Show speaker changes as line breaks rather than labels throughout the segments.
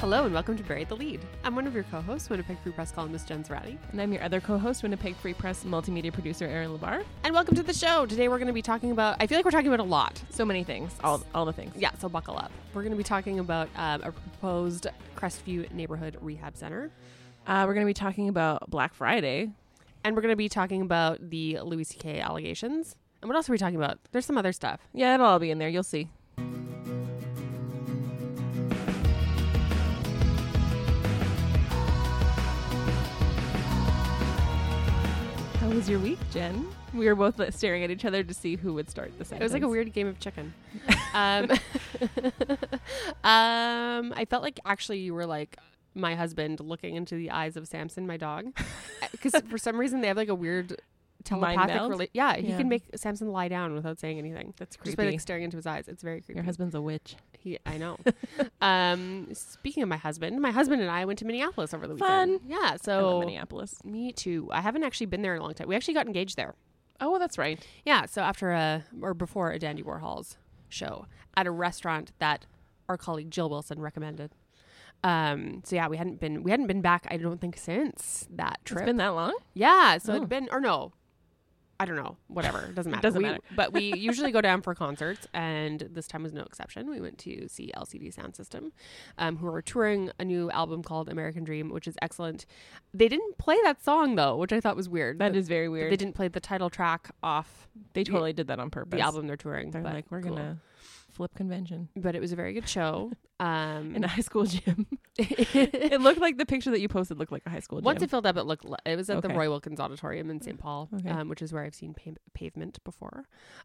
Hello and welcome to Bury the Lead. I'm one of your co-hosts, Winnipeg Free Press columnist Jen Zerati.
And I'm your other co host, Winnipeg Free Press multimedia producer, Erin Labar.
And welcome to the show. Today we're going to be talking about, I feel like we're talking about a lot.
So many things, all, all the things.
Yeah, so buckle up. We're going to be talking about um, a proposed Crestview Neighborhood Rehab Center.
Uh, we're going to be talking about Black Friday.
And we're going to be talking about the Louis C.K. allegations. And what else are we talking about? There's some other stuff.
Yeah, it'll all be in there. You'll see. How was your week, Jen? We were both like, staring at each other to see who would start the sentence.
It was like a weird game of chicken. um, um, I felt like actually you were like my husband looking into the eyes of Samson, my dog, because for some reason they have like a weird telepathic
meld?
rela- Yeah, he
Yeah.
can make Samson lie down without saying anything.
That's creepy.
Just by like staring into his eyes, it's very creepy.
your husband's a witch.
He, I know. um, speaking of my husband, my husband and I went to Minneapolis over the weekend.
Fun.
Yeah.
I love
So
Minneapolis.
me too. I haven't actually been there in a long time. We actually got engaged there.
Oh, well, that's right.
Yeah, so after a or before a Dandy Warhol's show at a restaurant that our colleague Jill Wilson recommended. Um, so yeah, we hadn't been we hadn't been back. I don't think since that trip.
It's been that long?
yeah, so
Oh.
it'd been or no, I don't know. Whatever, it doesn't matter.
Doesn't
We-
matter.
But we usually go down for concerts, and this time was no exception. We went to see LCD Sound System, um, who are touring a new album called American Dream, which is excellent. They didn't play that song though, which I thought was weird.
That is very weird.
They didn't play the title track off
They totally did that on purpose.
the album they're touring.
They're
but
like, we're
cool.
gonna flip convention
But it was a very good show. Um,
in a high school gym. it looked like the picture that you posted looked like a high school gym.
once it filled up, it looked. li- It was at the
Okay. Mm,
Roy Wilkins Auditorium in St. Paul,
Okay.
um, which is where I've seen pa- pavement before.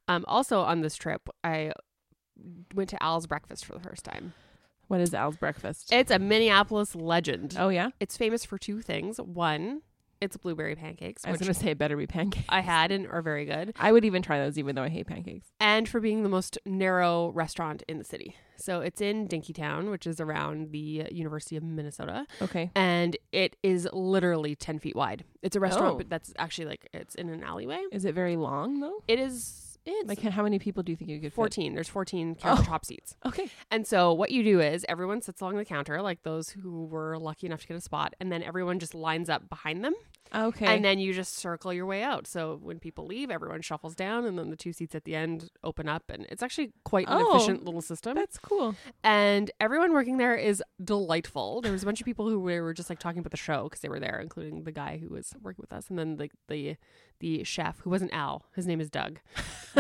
Um, also on this trip, I went to Al's Breakfast for the first time.
what is Al's breakfast?
It's a Minneapolis legend.
oh yeah,
It's famous for two things. One, it's blueberry pancakes,
I was
which
gonna say it better be pancakes.
I had and are very good,
I would even try those, even though I hate pancakes.
and for being the most narrow restaurant in the city. So it's in Dinkytown, which is around the University of Minnesota.
Okay,
and it is literally 10 feet wide. It's a restaurant,
Oh.
but that's actually like it's in an alleyway.
is it very long though?
It is, it's
Like how many people do you think you could fit?
14. There's 14
Oh.
countertop seats.
Okay,
And so what you do is everyone sits along the counter, like those who were lucky enough to get a spot, and then everyone just lines up behind them.
okay.
And then you just circle your way out. So when people leave, everyone shuffles down, and then the two seats at the end open up. And it's actually quite an
Oh,
efficient little system.
that's cool.
And everyone working there is delightful. There was a bunch of people who were just like talking about the show because they were there, including the guy who was working with us, and then like the the chef who wasn't Al. His name is Doug,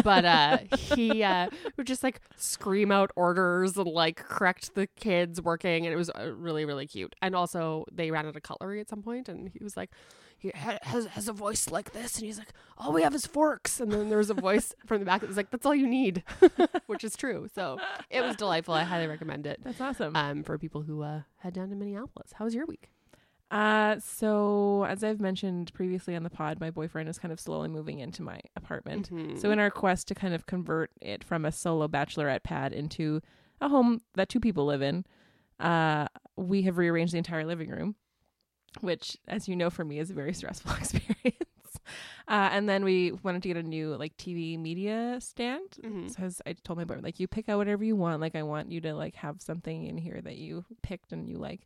but uh, he uh, would just like scream out orders and like correct the kids working, and it was uh, really really cute. And also they ran out of cutlery at some point, and he was like. He ha- has, has a voice like this, and he's like, "All we have is forks." And then there was a voice from the back that was like, "That's all you need," which is true. So it was delightful. I highly recommend it
That's awesome.
um, for people who uh, head down to Minneapolis. How was your week?
Uh, so as I've mentioned previously on the pod, my boyfriend is kind of slowly moving into my apartment.
Mm-hmm.
So in our quest to kind of convert it from a solo bachelorette pad into a home that two people live in, uh, we have rearranged the entire living room, which, as you know, for me is a very stressful experience. Uh, and then we wanted to get a new like TV media stand.
Mhm.
So I, was, I told my boyfriend like you pick out whatever you want. Like I want you to like have something in here that you picked and you like.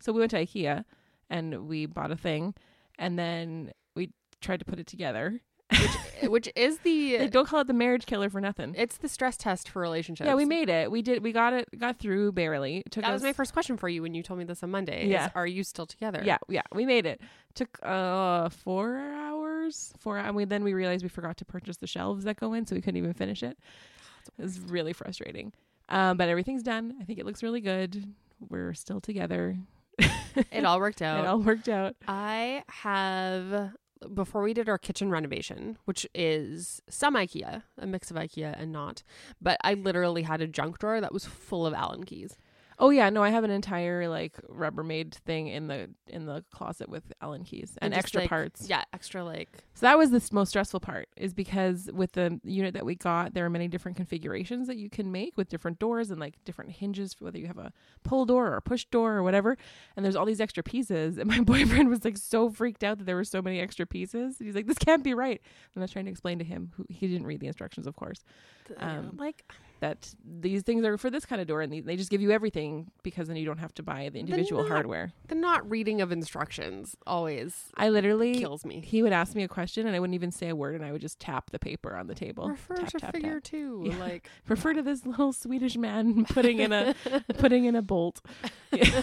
So we went to IKEA and we bought a thing, and then we tried to put it together.
Which is
They
the
don't call it the marriage killer for nothing.
it's the stress test for relationships.
Yeah, we made it. We did. We got it. Got through barely. Took
That
us,
was my first question for you when you told me this on Monday. is,
Yeah.
are you still together?
Yeah, yeah, we made it. Took uh four hours. Four. And we then we realized we forgot to purchase the shelves that go in, so we couldn't even finish it. It was really frustrating. Um, but everything's done. I think it looks really good. We're still together.
it all worked out.
It all worked out.
I have before we did our kitchen renovation, which is some IKEA, a mix of IKEA and not, but I literally had a junk drawer that was full of Allen keys.
Oh yeah, no, I have an entire like Rubbermaid thing in the in the closet with Allen keys and,
just,
extra
like-
parts.
Yeah, extra like
So that was the s- most stressful part is because with the unit that we got, there are many different configurations that you can make with different doors and like different hinges, for whether you have a pull door or a push door or whatever. And there's all these extra pieces. And my boyfriend was like so freaked out that there were so many extra pieces. He's like, this can't be right. And I was trying to explain to him who he didn't read the instructions, of course. Um,
like
that these things are for this kind of door and they- they just give you everything because then you don't have to buy the individual
not-
hardware.
The not reading of instructions always
I literally
kills me.
he would ask me a question and I wouldn't even say a word and I would just tap the paper on the table.
Refer
tap,
to
tap,
figure
tap.
two,
Yeah.
like
Refer to this little Swedish man putting in a putting in a bolt. Yeah.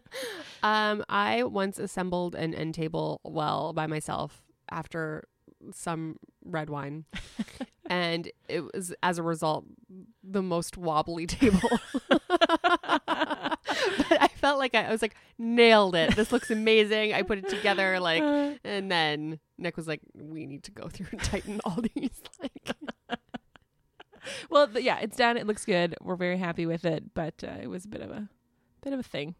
um, I once assembled an end table well by myself after some red wine, and it was as a result the most wobbly table. but I felt like I, I was like nailed it. This looks amazing. I put it together like,
Uh,
and then Nick was like, "We need to go through and tighten all these." Like,
well, th- yeah, it's done. It looks good. We're very happy with it, but uh, it was a bit of a bit of a thing.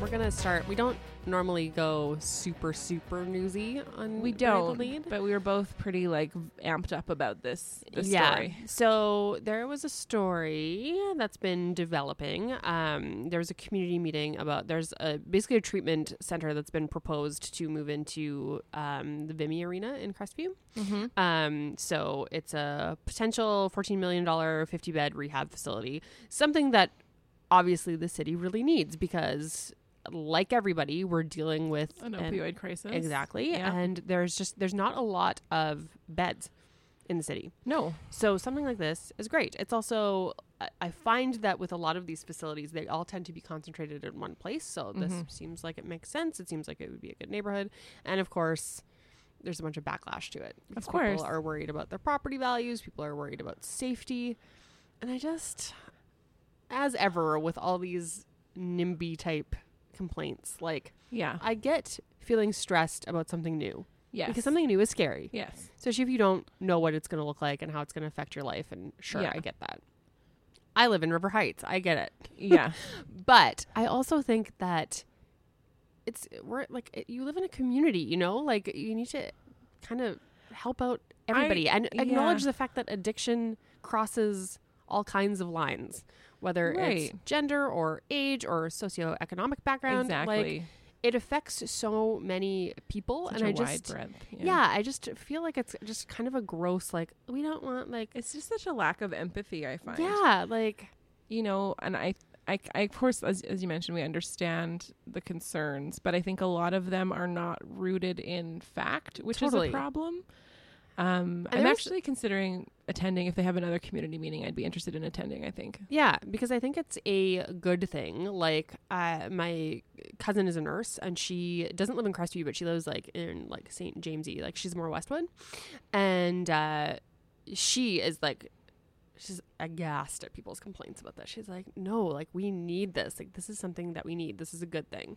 we're gonna start. We don't normally go super super newsy on
We
Ride the
don't,
Lead.
but we were both pretty like amped up about this this story.
So there was a story that's been developing. Um, there was a community meeting about there's a basically a treatment center that's been proposed to move into um, the Vimy Arena in Crestview.
Mm-hmm.
Um, so it's a potential $14 million 50 bed rehab facility, something that obviously the city really needs because, like everybody, we're dealing with
An
an-
opioid crisis.
Exactly.
Yeah.
And there's just there's not a lot of beds in the city.
No.
So something like this is great. It's also I- I find that with a lot of these facilities, they all tend to be concentrated in one place. So this
Mhm.
seems like it makes sense. It seems like it would be a good neighborhood, and of course, there's a bunch of backlash to it. because
course.
people are worried about their property values. People are worried about safety, and I just, as ever, with all these NIMBY type complaints, like
Yeah.
I get feeling stressed about something new
Uh-huh. Yes.
because something new is scary
Yes.
especially if you don't know what it's going to look like and how it's going to affect your life. And sure,
Yeah.
I get that. I live in River Heights. I get it.
Yeah.
But I also think that it's we're like it- you live in a community, you know, like you need to kind of help out everybody and
yeah.
acknowledge the fact that addiction crosses all kinds of lines, whether it's
Right.
gender or age or socioeconomic background. Like
exactly.
it affects so many people,
Such
and
a
I
wide
just
breadth. Yeah.
yeah. I just feel like it's just kind of a gross, like, we don't want, like,
It's just such a lack of empathy. I find.
yeah, like,
you know, and I, I, I of course, as, as you mentioned, we understand the concerns, but I think a lot of them are not rooted in fact, which
Totally.
is a problem. Um,
And
I'm
there's-
actually considering attending. If they have another community meeting, I'd be interested in attending. I think.
yeah, because I think it's a good thing. Like, uh, my cousin is a nurse and she doesn't live in Crestview, but she lives, like, in, like, St. Jamesy. Like, she's more Westwood. And uh, she is, like, she's aghast at people's complaints about this. She's like, no, like, we need this. Like, this is something that we need. This is a good thing.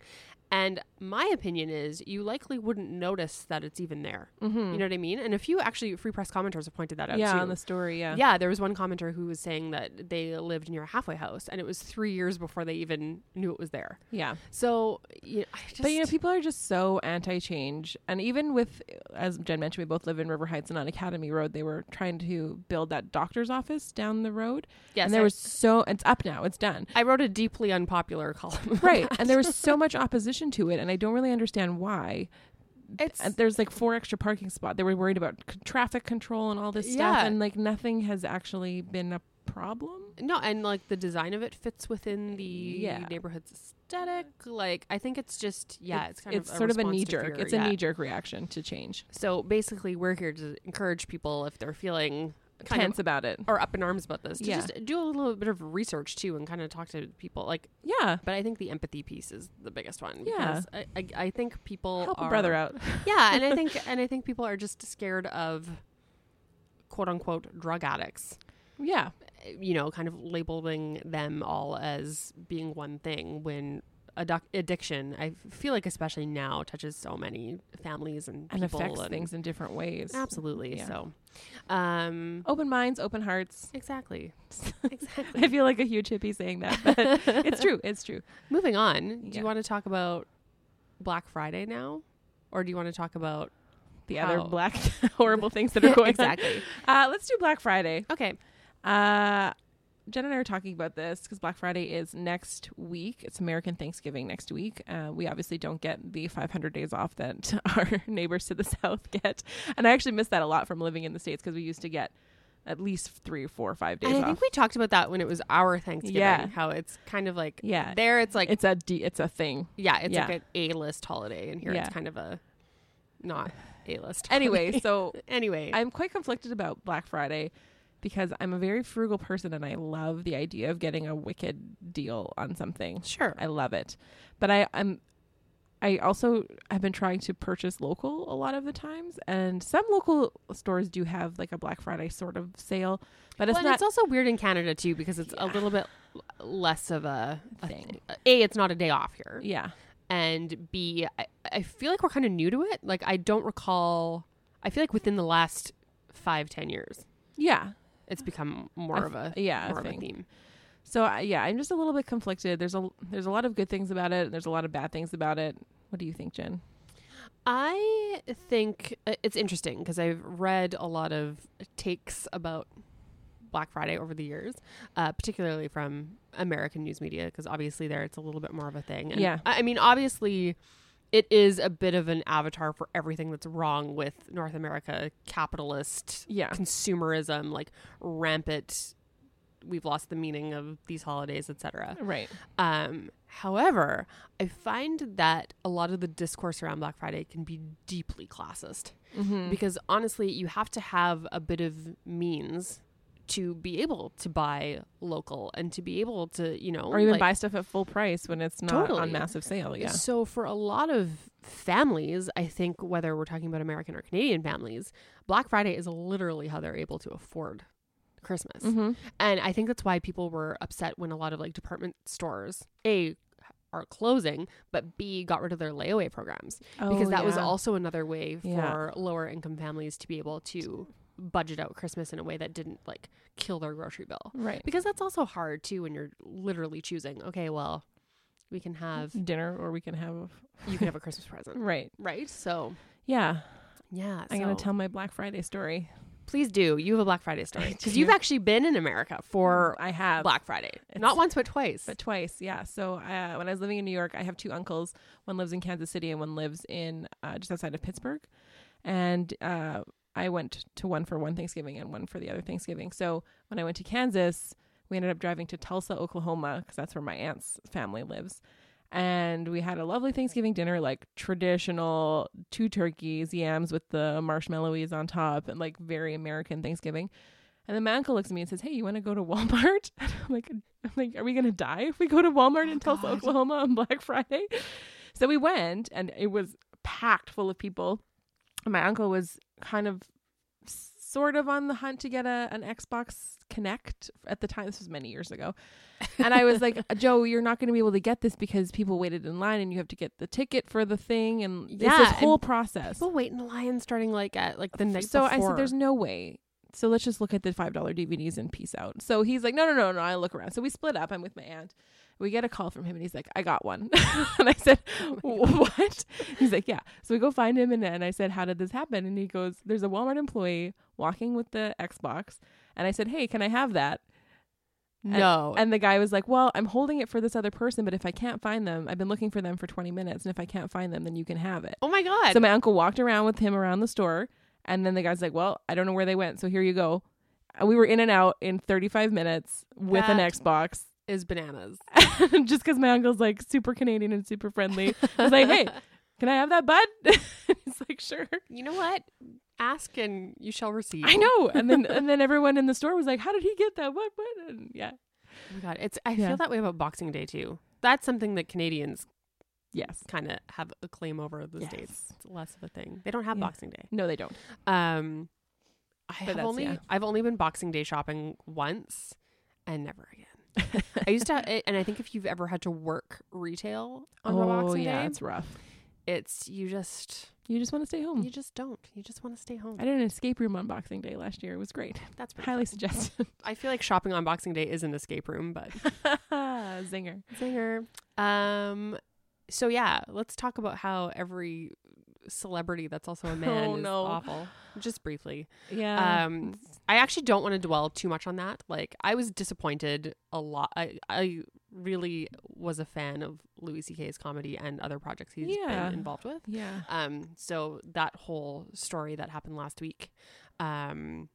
And my opinion is you likely wouldn't notice that it's even there.
Mm-hmm.
You know what I mean? And a few actually free press commenters have pointed that out
yeah,
too.
on the story. Yeah.
yeah, there was one commenter who was saying that they lived near a halfway house and it was three years before they even knew it was there.
Yeah.
So, you know, I just.
but you know, people are just so anti-change, and even with, as Jen mentioned, we both live in River Heights and on Academy Road. They were trying to build that doctor's office down the road,
yes,
and there
I,
was so it's up now, it's done.
I wrote a deeply unpopular column.
right and there was so much opposition to it and i don't really understand why
It's.
And there's like four extra parking spots they were worried about c- traffic control and all this
Yeah.
stuff and like nothing has actually been a problem
No, and like the design of it fits within the
Yeah.
neighborhood's aesthetic. Like, I think it's just, yeah, it's, kind
it's
of a
sort of a
response to
knee jerk
fear,
it's
yeah.
a knee jerk reaction to change
So basically, we're here to encourage people if they're feeling kind of
tense about it
or up in arms about this to
Yeah.
just do a little bit of research too and kind of talk to people like
yeah
but i think the empathy piece is the biggest one
Yeah.
because I, I, I think people
help
are
a brother out
yeah and i think and i think people are just scared of quote unquote drug addicts
yeah
you know kind of labeling them all as being one thing when adduc- addiction i feel like especially now touches so many families and
and
people
affects
and-
things in different ways
absolutely
Yeah. Oh.
so um
open minds open hearts
exactly
i feel like a huge hippie saying that but it's true it's true
Moving on, do
Yeah.
you want to talk about Black Friday now? Or do you want to talk about
the
How-
other black horrible things that are going
exactly?
on uh let's do black friday
Okay,
Uh, Jen and I are talking about this because Black Friday is next week. It's American Thanksgiving next week. Uh, we obviously don't get the 500 days off that our neighbors to the south get, and I actually miss that a lot from living in the states because we used to get at least three, four, five days
And I
off.
think we talked about that when it was our Thanksgiving.
Yeah.
How it's kind of like
Yeah.
there it's like
it's a de- it's a thing.
yeah, it's
yeah.
like an A list holiday and here
Yeah.
it's kind of a not A list.
Anyway, so
anyway.
I'm quite conflicted about Black Friday because I'm a very frugal person and I love the idea of getting a wicked deal on something.
sure.
I love it. But I, I'm I also have been trying to purchase local a lot of the times and some local stores do have like a Black Friday sort of sale, but it's
well, and
not
it's also weird in Canada too because it's a
Yeah.
little bit l- less of a, a
Thing.
A, it's not a day off here,
yeah.
and B, I, I feel like we're kind of new to it. Like I don't recall. I feel like within the last five ten years,
Yeah.
it's become more
I
of a
th- yeah, I
more of a
think.
theme.
So I, yeah, I'm just a little bit conflicted. There's a there's a lot of good things about it and there's a lot of bad things about it. What do you think, Jen?
I think uh, it's interesting because I've read a lot of takes about Black Friday over the years, uh, particularly from American news media, because obviously there it's a little bit more of a thing. And
Yeah.
I, I mean, obviously, it is a bit of an avatar for everything that's wrong with North America capitalist
Yeah.
consumerism, like rampant. We've lost the meaning of these holidays, etc.
Right.
Um, however, I find that a lot of the discourse around Black Friday can be deeply classist
Mhm.
because honestly, you have to have a bit of means to be able to buy local and to be able to, you know,
or even
Oh, like-
buy stuff at full price when it's not
Totally.
on massive sale. Yeah.
So for a lot of families, I think whether we're talking about American or Canadian families, Black Friday is literally how they're able to afford Christmas.
Mm-hmm.
And I think that's why people were upset when a lot of like department stores, A, are closing, but B, got rid of their layaway programs because that was also another way for
Oh, Yeah.
lower income families to be able to budget out Christmas in a way that didn't like kill their grocery bill.
right.
Because that's also hard too when you're literally choosing, okay, well, we can have,
Dinner, or we can have
you can have a Christmas present.
right.
Right? So,
Yeah,
yeah.
I'm gonna
so-
tell my Black Friday story.
Please do. You have a Black Friday story.
I
Because
do.
you've actually been in America for
Um, I have
Black Friday.
It's-
Not once, but twice.
but twice. Yeah. So uh, when I was living in New York, I have two uncles. One lives in Kansas City, and one lives in uh, just outside of Pittsburgh. And uh, I went to one for one Thanksgiving and one for the other Thanksgiving. So when I went to Kansas, we ended up driving to Tulsa, Oklahoma, because that's where my aunt's family lives. And we had a lovely Thanksgiving dinner, like traditional two turkeys, yams with the marshmallows on top, and like very American Thanksgiving. And then my uncle looks at me and says, "Hey, you want to go to Walmart?" And I'm like, "I'm like, are we gonna die if we go to Walmart in Tulsa,
God.
Oklahoma on Black Friday?" So we went, and it was packed full of people. And my uncle was kind of, sort of on the hunt to get a an Xbox Connect at the time. This was many years ago, and I was like, "Joe, you're not gonna be able to get this because people waited in line, and you have to get the ticket for the thing, and
Yeah,
it's this
and
whole process."
People wait in the line starting like at like the next.
so I said, "There's no way." So let's just look at the five dollar DVDs and peace out. So he's like, "No, no, no, no." I look around. So we split up. I'm with my aunt. We get a call from him, and he's like, "I got one," and I said, "What?" He's like, "Yeah." So we go find him, and, and I said, "How did this happen?" And he goes, "There's a Walmart employee walking with the Xbox," and I said, "Hey, can I have that?"
no.
And the guy was like, "Well, I'm holding it for this other person, but if I can't find them, I've been looking for them for 20 minutes, and if I can't find them, then you can have it."
oh my god.
So my uncle walked around with him around the store, and then the guy's like, "Well, I don't know where they went, so here you go." And we were in and out in 35 minutes with an
That-
Xbox,
is bananas.
just because my uncle's like super Canadian and super friendly. I was like, "Hey, can I have that, bud?" He's like, "Sure."
You know what? Ask and you shall receive.
I know. And then and then everyone in the store was like, "How did he get that? What? What?" And yeah.
Oh my god. It's I
Yeah.
feel that way about Boxing Day too. That's something that Canadians
Yes.
kind of have a claim over the
Yes.
states. It's less of a thing. They don't have
Yeah.
Boxing Day.
No, they don't.
Um, I have
that's-
only
yeah.
I've only been Boxing Day shopping once, and never again. I used to, and I think if you've ever had to work retail on
oh
Boxing
yeah,
Day,
it's rough.
it's you just
You just want to stay home.
You just don't. You just want to stay home.
Hmm. I did an escape room on Boxing Day last year. It was great.
That's pretty
Highly
fun.
suggested.
I feel like shopping on Boxing Day is an escape room, but
Zinger.
singer. Um, so yeah, let's talk about how every celebrity that's also a man
Oh,
is
no.
awful. Just briefly.
Yeah.
Um, I actually don't want to dwell too much on that. Like, I was disappointed a lot. I, I really was a fan of Louis C.K.'s comedy and other projects he's
Yeah.
been involved with.
yeah.
Um, so that whole story that happened last week, um,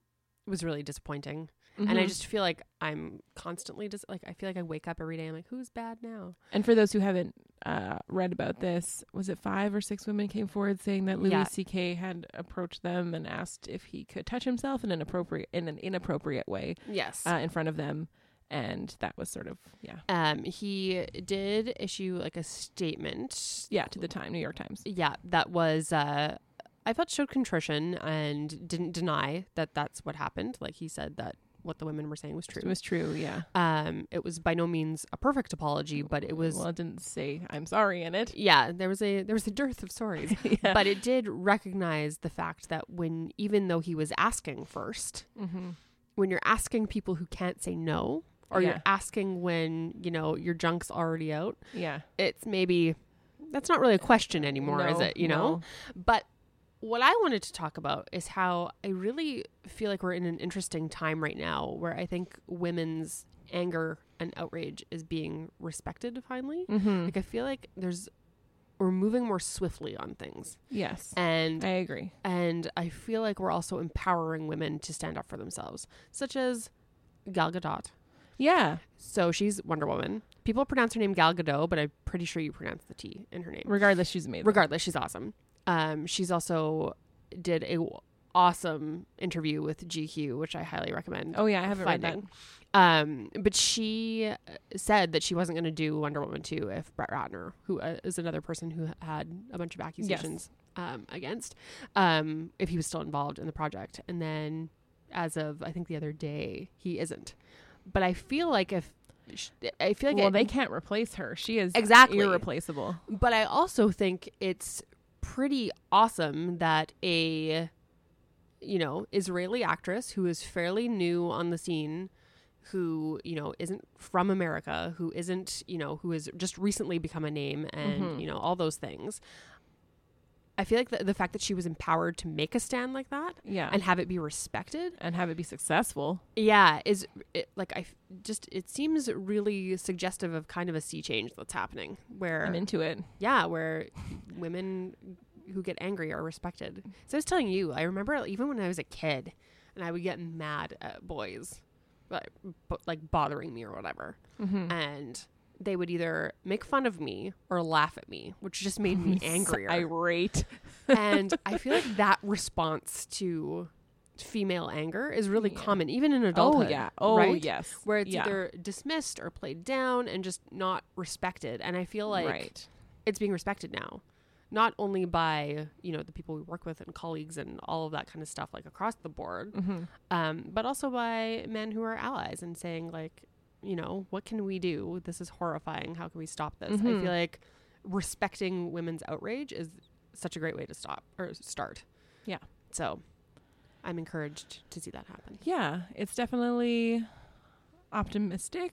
was really disappointing. And I
Mhm.
just feel like I'm constantly just like I feel like I wake up every day. I'm like, who's bad now?
And for those who haven't uh, read about this, was it five or six women came forward saying that Louis
Yeah.
C.K. had approached them and asked if he could touch himself in an appropriate in an inappropriate way
Yes.
uh, in front of them, and that was sort of yeah
um, he did issue like a statement.
yeah to the time New York Times.
Yeah, that was. Uh, I felt showed contrition and didn't deny that that's what happened. Like he said that what the women were saying was
It
true.
was true, yeah.
Um, it was by no means a perfect apology, but it was.
well, it didn't say I'm sorry in it.
Yeah, there was a there was a dearth of stories.
yeah.
but it did recognize the fact that when even though he was asking first
mm-hmm.
when you're asking people who can't say no or
Yeah.
you're asking when you know your junk's already out
yeah,
it's maybe that's not really a question anymore is
No,
it you know
no.
but what i wanted to talk about is how i really feel like we're in an interesting time right now where i think women's anger and outrage is being respected finally
Mhm.
like i feel like there's we're moving more swiftly on things
Yes,
and
I agree.
and I feel like we're also empowering women to stand up for themselves, such as Gal Gadot.
Yeah,
So she's Wonder Woman. People pronounce her name Gal Gadot, but I'm pretty sure you pronounce the T in her name.
regardless, she's amazing.
Regardless, she's awesome. Um, she's also did a w- awesome interview with GQ, which I highly recommend.
oh yeah, I haven't read
finding. Um, but she uh, said that she wasn't going to do Wonder Woman 2 if Brett Ratner, who uh, is another person who had a bunch of accusations um, against, um, if he was still involved in the project. And then, as of I think the other day, he isn't. But I feel like if sh- I feel like
that. well,
it-
they can't replace her. She is
Exactly.
irreplaceable.
but I also think it's pretty awesome that a you know, Israeli actress who is fairly new on the scene who, you know, isn't from America, who isn't, you know, who has just recently become a name and,
Mhm.
you know, all those things. I feel like the, the fact that she was empowered to make a stand like that
Yeah,
and have it be respected
and have it be successful.
yeah is it, like i f- just it seems really suggestive of kind of a sea change that's happening where
I'm into it.
yeah, where women who get angry are respected. So I was telling you, I remember even when I was a kid, and I would get mad at boys, like, bo- like bothering me or whatever,
Mm-hmm.
and they would either make fun of me or laugh at me, which just made me angrier.
Irate.
and I feel like that response to female anger is really
Yeah.
common, even in adulthood.
Oh yeah. Oh
right?
yes.
Where it's
Yeah.
either dismissed or played down and just not respected. And I feel like
right.
it's being respected now not only by you know the people we work with and colleagues and all of that kind of stuff like across the board
Mm-hmm.
um, but also by men who are allies and saying like you know what can we do this is horrifying how can we stop this i
Mhm.
feel like respecting women's outrage is such a great way to stop or start
Yeah.
so i'm encouraged to see that happen
Yeah, it's definitely optimistic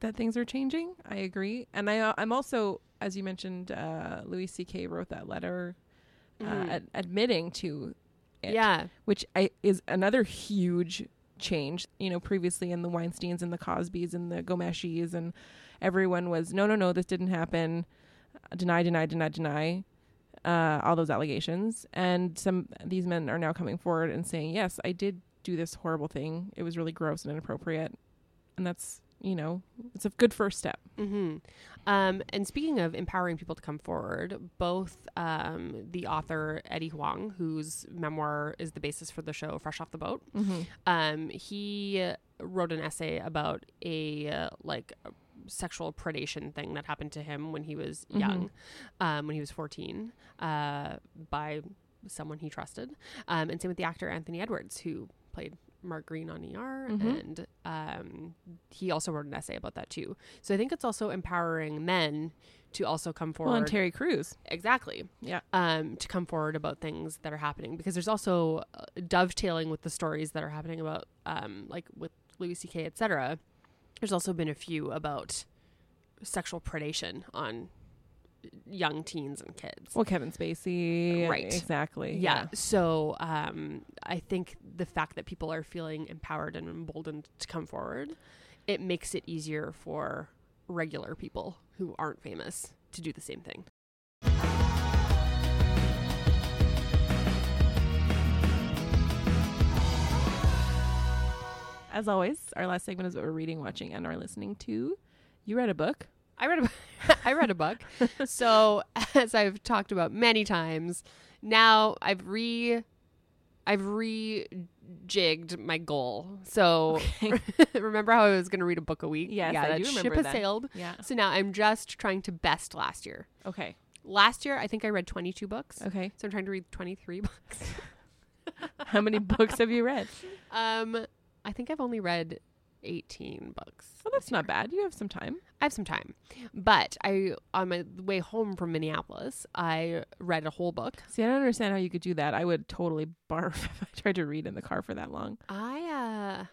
that things are changing. I agree, and I uh, I'm also, as you mentioned, uh, Louis C.K. wrote that letter
Mhm.
uh, ad- admitting to it.
yeah
which I, is another huge change. You know, previously in the Weinsteins and the Cosbys and the Gomeshis and everyone was no, no, no, this didn't happen. Uh, Deny, deny, deny, deny. Uh, all those allegations, and some these men are now coming forward and saying, "Yes, I did do this horrible thing. It was really gross and inappropriate," and that's you know, it's a good first step.
hmm Um, and speaking of empowering people to come forward, both um, the author Eddie Huang, whose memoir is the basis for the show Fresh Off the Boat,
Mm-hmm.
um, he wrote an essay about a uh, like a sexual predation thing that happened to him when he was
Mm-hmm.
young, um, when he was fourteen, uh, by someone he trusted. Um, and same with the actor Anthony Edwards, who played Mark Green on ER,
Mhm.
and um, he also wrote an essay about that too. So I think it's also empowering men to also come forward
Well, and Terry Crews,
exactly
Yeah.
um to come forward about things that are happening because there's also uh, dovetailing with the stories that are happening about um like with louis ck etc there's also been a few about sexual predation on young teens and kids.
Well, Kevin Spacey.
Right.
Exactly.
yeah. So um, I think the fact that people are feeling empowered and emboldened to come forward, it makes it easier for regular people who aren't famous to do the same thing.
As always, our last segment is what we're reading, watching, and are listening to. You read a book.
I read a bu- I read a book. so as I've talked about many times, now I've re I've rejigged my goal. So remember how I was going to read a book a week?
Yes,
yeah,
I
that
do
ship
remember
has
that.
sailed.
Yeah.
So now I'm just trying to best last year.
Okay.
Last year I think I read 22 books.
Okay.
So I'm trying to read 23 books.
How many books have you read?
Um I think I've only read 18 books.
Well, that's not bad. You have some time.
I have some time. But I on my way home from Minneapolis, I read a whole book.
See, I don't understand how you could do that. I would totally barf if I tried to read in the car for that long.
I uh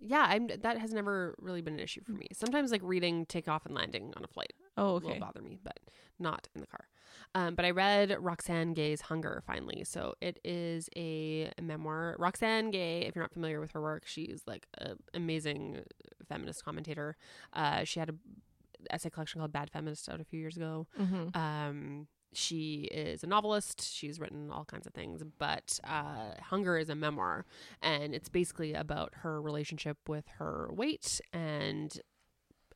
yeah, I'm that has never really been an issue for me. Sometimes like reading takeoff and landing on a flight
Oh,
will
okay.
bother me, but not in the car. Um, but I read Roxanne Gay's Hunger finally. So it is a memoir. Roxanne Gay, if you're not familiar with her work, she's like an amazing feminist commentator. Uh, she had a essay collection called Bad Feminist out a few years ago.
Mm-hmm.
Um, she is a novelist. She's written all kinds of things, but uh, Hunger is a memoir, and it's basically about her relationship with her weight and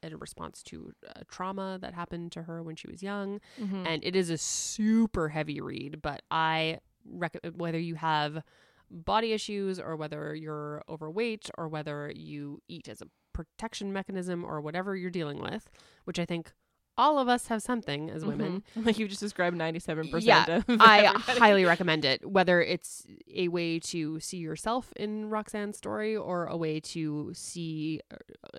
in response to uh, trauma that happened to her when she was young.
Mm-hmm.
And it is a super heavy read, but I recommend whether you have body issues or whether you're overweight or whether you eat as a protection mechanism or whatever you're dealing with, which I think all of us have something
Mm-hmm.
as women.
Like you just described 97%
Yeah,
of
I
everybody.
highly recommend it. Whether it's a way to see yourself in Roxanne's story or a way to see, uh,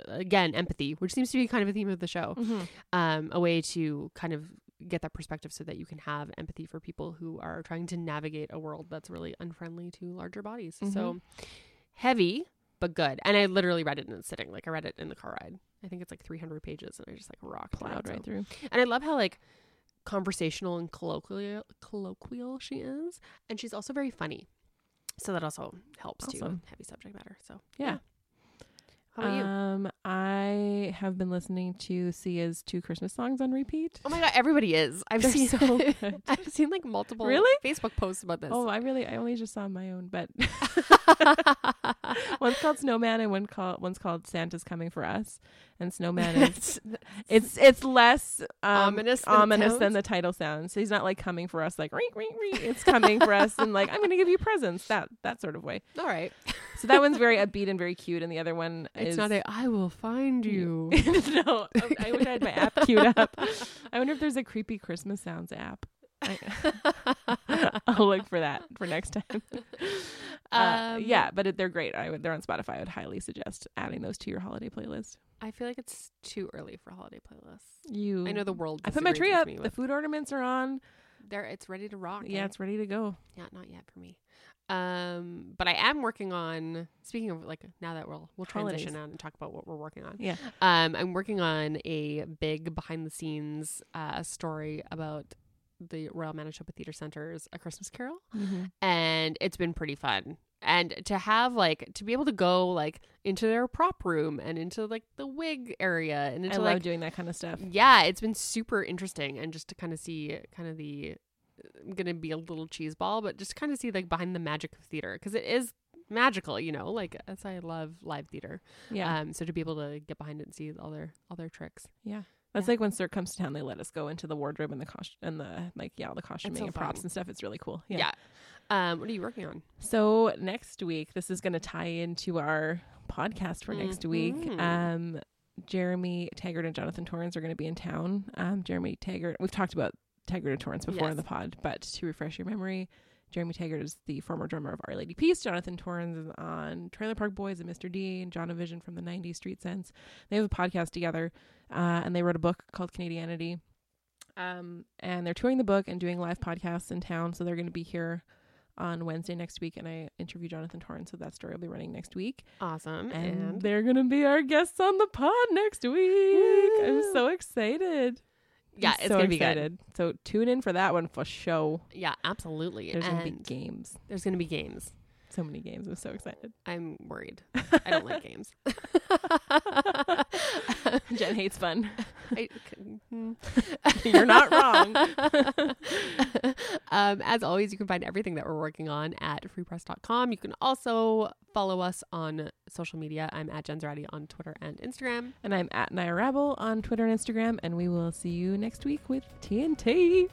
again, empathy, which seems to be kind of a theme of the show,
Mhm.
um, a way to kind of get that perspective so that you can have empathy for people who are trying to navigate a world that's really unfriendly to larger bodies. So heavy, but good. And I literally read it in a sitting. Like I read it in the car ride. I think it's like 300 pages, and I just like rocked through it.
plowed
So-
right through.
and I love how like conversational and colloquial colloquial she is, and she's also very funny. So that also helps
Awesome.
too. Heavy subject matter. So
Yeah.
How about you?
Um, I have been listening to Sia's two Christmas songs on repeat.
Oh my god, everybody is. I've
They're
seen
so good.
I've seen like multiple
Really?
Facebook posts about this.
Oh, I really, I only just saw my own, but one's called Snowman and one called one's called Santa's Coming for Us. And Snowman is it's it's less um,
Ominous
ominous,
than it sounds?
than the title sounds. So he's not like coming for us like ring ring ring. It's coming for us and like I'm gonna give you presents that that sort of way.
All right.
So that one's very upbeat and very cute, and the other one
It's
is
not a I will find you.
no, I- I wish I had my app queued up. I wonder if there's a creepy Christmas sounds app. I, will look for that for next time. Uh,
Um,
yeah, but it, they're great. I would, they're on Spotify. I would highly suggest adding those to your holiday playlist.
I feel like it's too early for holiday playlists.
You,
I know the world.
I put my
disagrees
tree
with
up.
me
The
with-
food ornaments are on.
there, it's ready to rock. eh?
Yeah, it's ready to go.
Yeah, not yet for me. Um, but I am working on. Speaking of like now that we'll we'll
Holidays.
transition out and talk about what we're working on.
Yeah.
Um, I'm working on a big behind the scenes uh story about the Royal Manitoba Theatre Center's A Christmas Carol,
Mm-hmm.
and it's been pretty fun. And to have like to be able to go like into their prop room and into like the wig area and
I
into
love
like Mm,
doing that kind of stuff.
yeah, it's been super interesting and just to kind of see kind of the I'm going to be a little cheese ball, but just kind of see like behind the magic of theater because it is magical, you know, like that's why I love live theater.
Yeah,
Um so to be able to get behind it and see all their all their tricks.
that's
yeah.
like when Cirque comes to town. They let us go into the wardrobe and the cost and the like. Yeah, all the costuming
so
and props
fun.
and stuff. It's really cool.
Yeah.
Yeah.
Um what are you working on?
So next week, this is going to tie into our podcast for next
Mhm.
week. Um, Jeremy Taggart and Jonathan Torrance are going to be in town. Um, Jeremy Taggart, we've talked about Taggart and Torrance before
Yes.
in the pod, but to refresh your memory, Jeremy Taggart is the former drummer of Our Lady Peace. Jonathan Torrance is on Trailer Park Boys and Mr. D and John Vision from the 90s Street Sense. They have a podcast together, uh, and they wrote a book called Canadianity. Um, and they're touring the book and doing live podcasts in town. So they're going to be here on Wednesday next week. And I interview Jonathan Torrance. So that story will be running next week.
Awesome.
And,
And,
they're going to be our guests on the pod next week. I'm
Woo!
so excited.
yeah,
I'm
it's
so
gonna be good.
excited. So tune in for that one for show.
Yeah, absolutely.
There's gonna be
And
games.
there's gonna be games.
So many games. I'm so excited.
I'm worried. I don't like games.
Jen hates fun.
I, mm.
You're not wrong.
um, as always, you can find everything that we're working on at freepress.com. You can also follow us on social media. I'm at Jen Zarati on Twitter and Instagram.
And I'm at Naya Rabble on Twitter and Instagram. And we will see you next week with TNT.